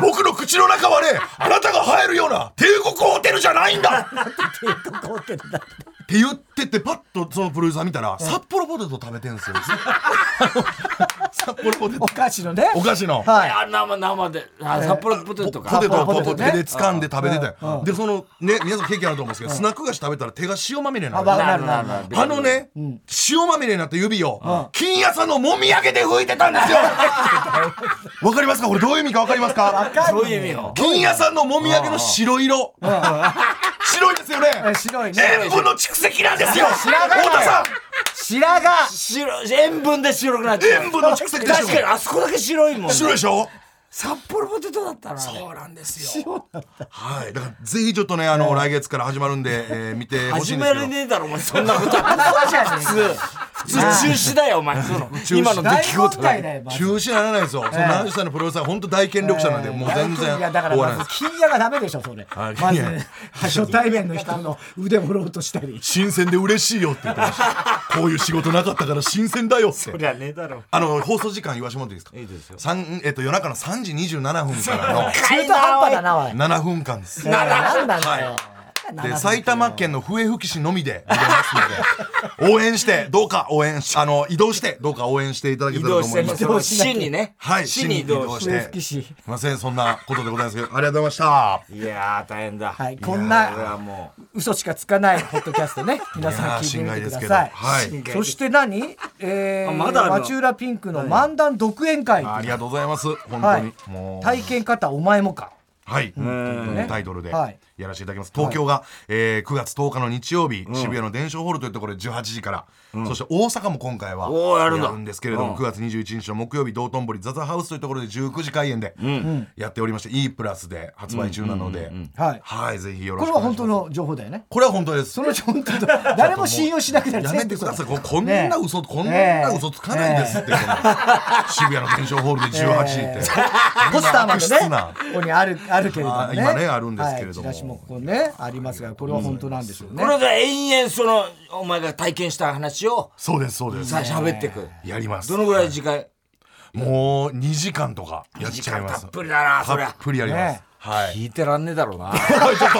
C: 僕の口の中はねあなたが入るような帝国ホテルじゃないんだ
A: 帝国ホテルだって
C: って言っててパッとそのプロデューサー見たら札幌ポテト食べてん すよ札幌ポテ
A: お
C: ト
A: 菓子のね
C: お菓子の
A: はい
B: あ、生、生で。あ、札幌ポテト
C: ポ
B: か
C: テ。トを
A: ポ
C: ポ
A: テ
C: テト
A: ト
C: 手
A: ね
C: で掴んで食べてたよでそのね皆さん経験あると思うんですけどスナック菓子食べたら手が塩まみれにな
A: あ
C: る
A: わ
B: な
A: か
B: る
A: る
B: な
A: な
B: る
A: る
B: なる
A: なる
C: あのね塩まみれになった指を金屋さんのもみあげで拭いてたんですよわかりますかこれどういう意味かわかりますか
B: そういう意味よ。
C: 金屋さんのもみあげの白色白いですよね
A: え白いね
C: 塩分の蓄積なんですよ
A: 知ら
C: 太
A: ない
C: 田さん
A: 白髪
B: 白、塩分で白くなっちゃう。
C: 塩分の蓄積でしょ
B: 確かに、あそこだけ白いもんね。
C: 白いでしょ
B: 札幌ポテトだったな。そうなんです。
C: はい、だからぜひちょっとね、あの、来月から始まるんで、えー見てほ
B: 始
C: しいんです
B: め
C: けど
B: れ。ねえだろ、お前。そんなことは。普通、 普通中止だよ、お前。その
C: 止
B: 今の出来事だ
A: 大問題
B: よ。
A: だよまず
C: 中止にならないですよ。その何歳のプロレスラー、本当大権力者なんで、もう全然
A: いやだから
C: 終わら
A: ま
C: ないで
A: ず
C: す。
A: 金屋がダメでしょそれ
C: あ
A: ま
C: い
A: ず
C: や
A: 初対面の人の腕もろうとしたり
C: 新鮮で嬉しいよって言ってま した。こういう仕事なかったから新鮮だよって。
B: そりゃねえだろ。
C: あの、放送時間言わしてもらっていいですか
B: いいですよ
C: 三えっと、夜中の3時27分 から
A: 中途半端だなおい
C: の7分間です。
A: ななんなんだ
C: は
A: よ
C: で埼玉県の笛吹市のみで見れます ので応援してどうか応援しあの移動してどうか応援していただけ
B: 移
C: たら
B: 動
C: と
B: し
C: 思
B: て
C: い
B: ね
C: ま
A: 移
C: す
A: 動。
B: 市にね。
C: はい、
B: 市に移動し
A: 市
B: て。
A: に移動笛吹市
C: すいません、そんなことでございますけど、ありがとうございました。
B: いやー、大変だ。
A: はいこん
B: これは
A: な
B: も
A: 嘘しかつかないポッドキャスト ね皆
C: いや
A: さん
C: ー
A: 聞いてみてください
C: はい。
B: う。
A: そして何え
B: あ
A: ー
B: まだあるの
A: 町浦ピンクの漫談独演会
C: ありがとうございます。本当
A: は
C: に
A: い。
C: もう。
A: 体験方お前もか
C: はい。というタイトルでやらせていただきます。東京が、えー9月10日の日曜日、渋谷の伝承ホールというところで18時から、そして大阪も今回は
B: おーやるんだ
C: んですけれども、9月21日の木曜日、道頓堀ザザハウスというところで19時開演でやっておりまして、E プラスで発売中なので、
A: はい
C: はい、ぜひよろ
A: こ
C: し
A: れ
C: くお
A: は
C: 願
A: 本
C: いし
A: 当
C: ます。
A: の情報だよね
C: これは本当です。
A: その情報本当だ 誰も信用しなくなる
C: やめてく ださい。
A: 全部
C: こ
A: 嘘
C: こんな嘘、こん
A: ね
C: な
A: え
C: 嘘つかないですって、この渋谷の伝承ホールで18時って。
A: ポスターまで
C: こんな悪質な
A: ねここにあるあるけれどもね
C: あ今ねあるんですけれども
A: はいチラシもここねありますがこれは本当なんでしょうね
B: これで延々その、お前が体験した話を
C: そうです、そうです
B: さ、。喋ってく。
C: やります。
B: どのぐらい時間
C: もう2時間とかやっちゃいます。
B: たっぷりだな、そり
C: た
B: ゃ
C: っ。ぷりやります。
A: ね
C: はい。
B: 聞いてらんねえだろう な。
C: おいちょっと、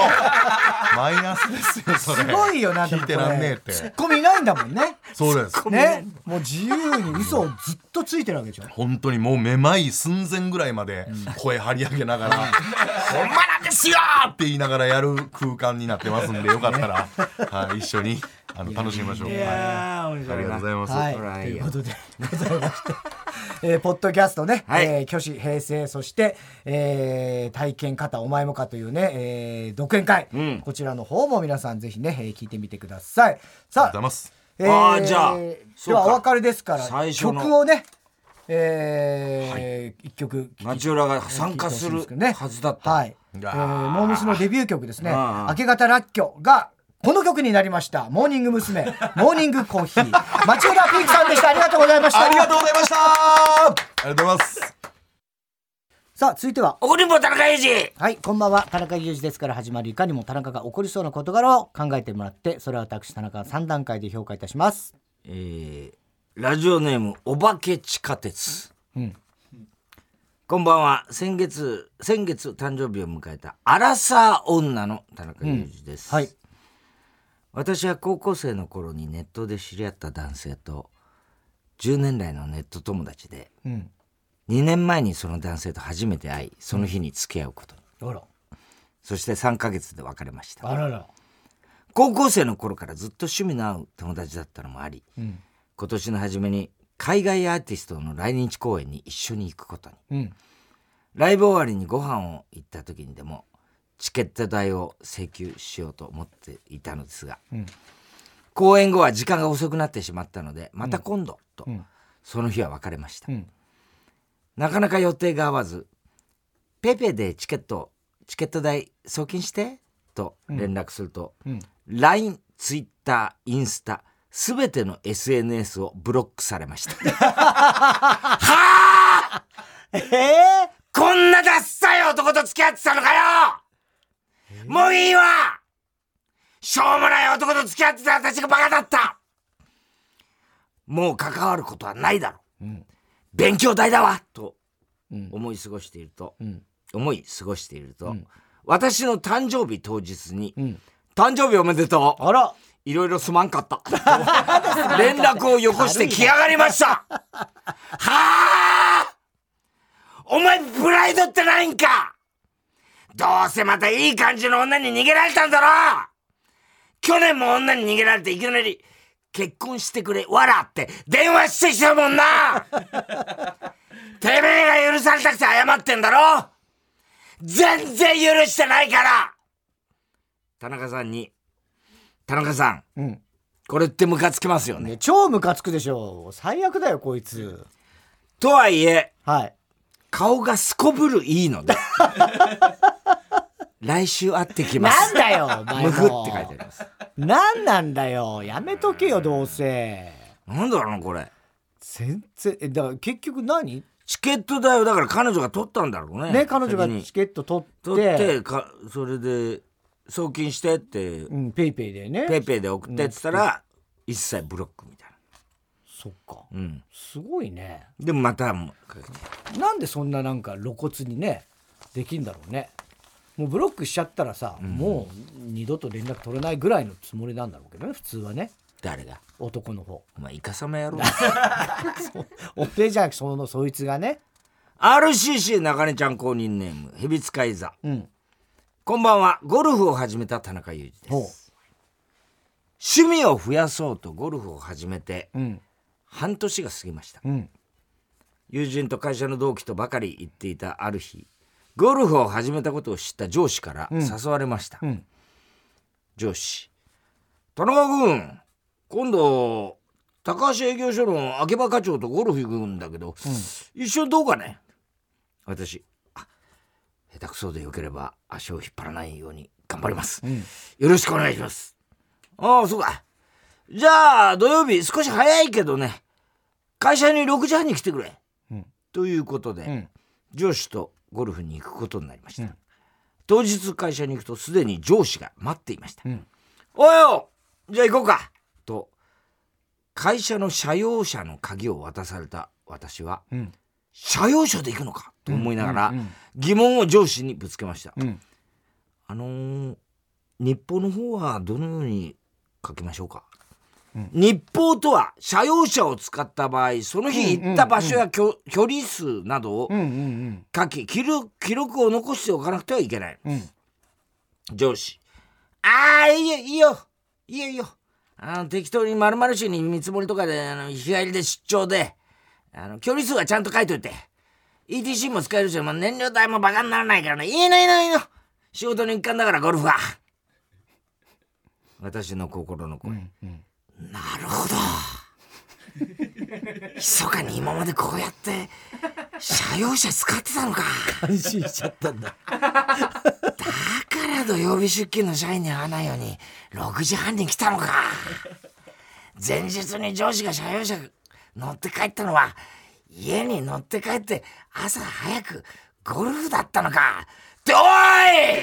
C: マイナ スですよ、そ
A: す
C: れ。
A: ごいよなでも
C: 聞い
A: こ
C: て
A: れ
C: らんねえっ
A: ツ
C: て
A: ッ。コミないんだもんね
C: そうです。
A: ねもう自由に嘘をずっとついてるわけでしょ
C: 本当にもうめまい寸前ぐらいまで声張り上げながら「ほんまなんですよ!」って言いながらやる空間になってますんでよかったら、はい、一緒にあの楽しみましょう。はいあ
B: ああ、面白
C: りがとうございま す。
A: はい、と
B: ほらいい
A: い
B: よ
A: うことでございまして、 えーポッドキャストね、
B: はい
A: えー挙手平成そして、えー体験方お前もかというね、えー独演会、
B: ん
A: こちらの方も皆さんぜひね、えー聞いてみてください
C: ありが
A: さ
C: とうござい
A: あ
C: ます。
A: え
B: あーじゃあそう
A: では
B: か
A: お別れですから
B: 最初の
A: 曲をねえー一曲
B: 町浦が参加する
A: 聞いてほしいんですけどね
B: はずだった。
A: はい、え
C: や
A: ー、モームスのデビュー曲ですね
B: うん
A: 「明け方らっきょ」がこの曲になりました「モーニング娘。モーニングコーヒー」町浦ピンクさんでしたありがとうございました
C: ありがとうございました。ありがとうございます。
A: さあ続いては
B: 怒りんぼ田中裕二
A: はいこんばんは田中裕二ですから始まるいかにも田中が起こりそうな事柄を考えてもらってそれは私田中が3段階で評価いたします
B: えーラジオネームお化け地下鉄、
A: ん
B: こんばんは先月先月誕生日を迎えたアラサー女の田中裕二です、
A: はい
B: 私は高校生の頃にネットで知り合った男性と10年来のネット友達で
A: うん
B: 2年前にその男性と初めて会いその日に付き合うことに、
A: あら
B: そして3ヶ月で別れました
A: あらら
B: 高校生の頃からずっと趣味の合う友達だったのもあり、
A: ん
B: 今年の初めに海外アーティストの来日公演に一緒に行くことに
A: うん
B: ライブ終わりにご飯を行った時にでもチケット代を請求しようと思っていたのですが、
A: ん
B: 公演後は時間が遅くなってしまったのでまた今度と、その日は別れました、
A: うん
B: なかなか予定が合わずペイペイでチケット、チケット代送金してと連絡すると、LINE、Twitter、インスタ、すべての SNS をブロックされました。はあ
A: ええ
B: こんなダッサい男と付き合ってたのかよもういいわしょうもない男と付き合ってた私がバカだったもう関わることはないだろう、勉強代だわと思い過ごしていると、思い過ごしていると、私の誕生日当日に、誕生日おめでとう
A: あら
B: いろいろすまんかった。と連絡をよこしてきやがりました。はあお前プライドってないんかどうせまたいい感じの女に逃げられたんだろ去年も女に逃げられていきなり結婚してくれ、わらって電話してきたもんなてめえが許されたくて謝ってんだろ全然許してないから田中さんに、田中さん、
A: うん
B: これってムカつきますよね。
A: ね超ムカつくでしょ最悪だよこいつ
B: とはいえ、
A: はい
B: 顔がすこぶるいい ので、来週会ってきま
A: な
B: す
A: ん。だよお 前
B: むふって書い
A: も
B: てあります。
A: なんなんだよやめとけよどうせ
B: なんだろうな、これ。
A: 全然えだから結局何
B: チケット代をだから彼女が取ったんだろうね。
A: ね彼女が
B: 先に
A: チケット取っ
B: 取ってて、かそれで送金してって、
A: うん、ペイペイでね
B: ペイペイで送ってって言ったら、一切ブロックみたい
A: そっか
B: な。うん。
A: すごいね
B: でもまたもう、
A: なんでそんななんか露骨にねできんだろうねもうブロックしちゃったらさ、もう二度と連絡取れないぐらいのつもりなんだろうけどね普通はね
B: 誰が
A: 男の方
B: お前、イカサマ やろう。
A: おめえじゃなくてそのそいつがね
B: RCC 中根ちゃん公認ネーム、ヘビ使い座。
A: うん
B: こんばんは。ゴルフを始めた田中裕二
A: ほ
B: です。趣味を増やそうとゴルフを始めて
A: うん
B: 半年が過ぎました。
A: うん
B: 友人と会社の同期とばかり行っていたある日、ゴルフを始めたことを知った上司から誘われました。
A: ん
B: 上司。田中君、今度、高橋営業所の秋葉課長とゴルフ行くんだけど、一緒にどうかね私、下手くそでよければ足を引っ張らないように頑張ります、よろしくお願いしますああそうかじゃあ土曜日少し早いけどね会社に6時半に来てくれ、
A: うん
B: ということで、
A: ん
B: 上司とゴルフに行くことになりました、当日会社に行くとすでに上司が待っていました、
A: ん
B: おいよじゃあ行こうかと会社の社用車の鍵を渡された私は、
A: うん
B: 社用車で行くのかと思いながら疑問を上司にぶつけました、
A: うん
B: あのー日報の方はどのように書きましょうか、日報とは車用車を使った場合その日行った場所やきょ距離数などを
A: うんうん
B: 書き記録記録を残しておかなくてはいけない、
A: うん
B: 上司ああいいよいいよいいよいいよあの適当に丸々市に見積もりとかであの日帰りで出張であの距離数はちゃんと書いといて ETC も使えるし、まあ、燃料代もバカにならないからねいいのいいのいいの仕事の一環だからゴルフは私の心の声、なるほど密かに今までこうやって車用車使ってたのか
A: 安心しちゃったんだ
B: だから土曜日出勤の社員に会わないように6時半に来たのか前日に上司が社用車乗って帰ったのは家に乗って帰って朝早くゴルフだったのかって おい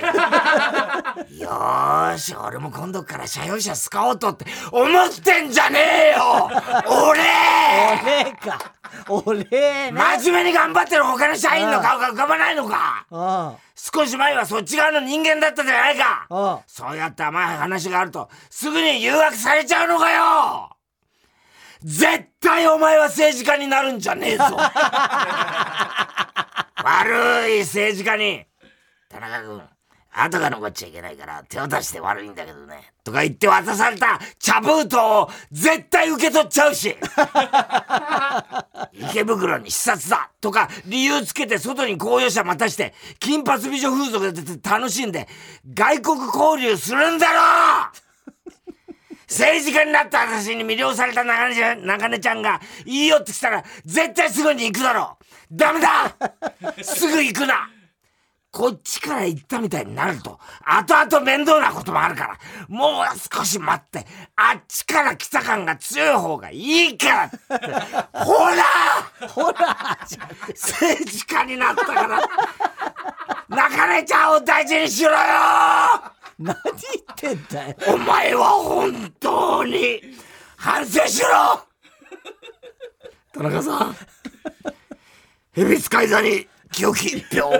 B: よーし俺も今度から社用車使おうとって思ってんじゃねえよ俺
A: 俺か俺ね、
B: 真面目に頑張ってる他の社員の顔が浮かばないのか
A: あ
B: 少し前はそっち側の人間だったじゃないか
A: あああ
B: そうやって甘い話があるとすぐに誘惑されちゃうのかよ絶対お前は政治家になるんじゃねえぞ悪い政治家に田中君後が残っちゃいけないから手を出して悪いんだけどねとか言って渡された茶封筒を絶対受け取っちゃうし池袋に視察だとか理由つけて外に公用車待たして金髪美女風俗で楽しんで外国交流するんだろう 政治家になった私に魅了された中根ちゃん中根ちゃんがいいよ って来たら絶対すぐに行くだろうダメだすぐ行くなこっちから行ったみたいになると、後々面倒なこともあるから、もう少し待って、あっちから来た感が強い方がいいから って。ほらほら政治家になったから、中根ちゃんを大事にしろよ
A: 何言ってんだよ
B: お前は本当に反省しろ田中さん、蛇使い座に清き一票。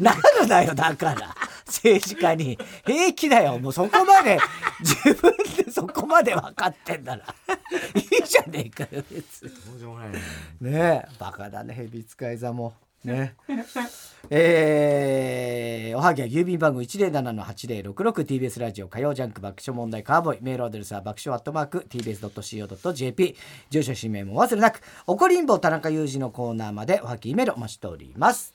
A: なるなよだから政治家に平気だよもうそこまで自分でそこまで分かってんならいいじゃねえかよ別にねえバカだね蛇使い座も ねえー、おはぎは郵便番号 107-8066TBS ラジオ火曜ジャンク爆笑問題カーボーイメールアドレスは爆笑アットマーク TBS.CO.JP 住所氏名もお忘れなく怒りんぼ田中裕二のコーナーまでおはぎメールお待ちしております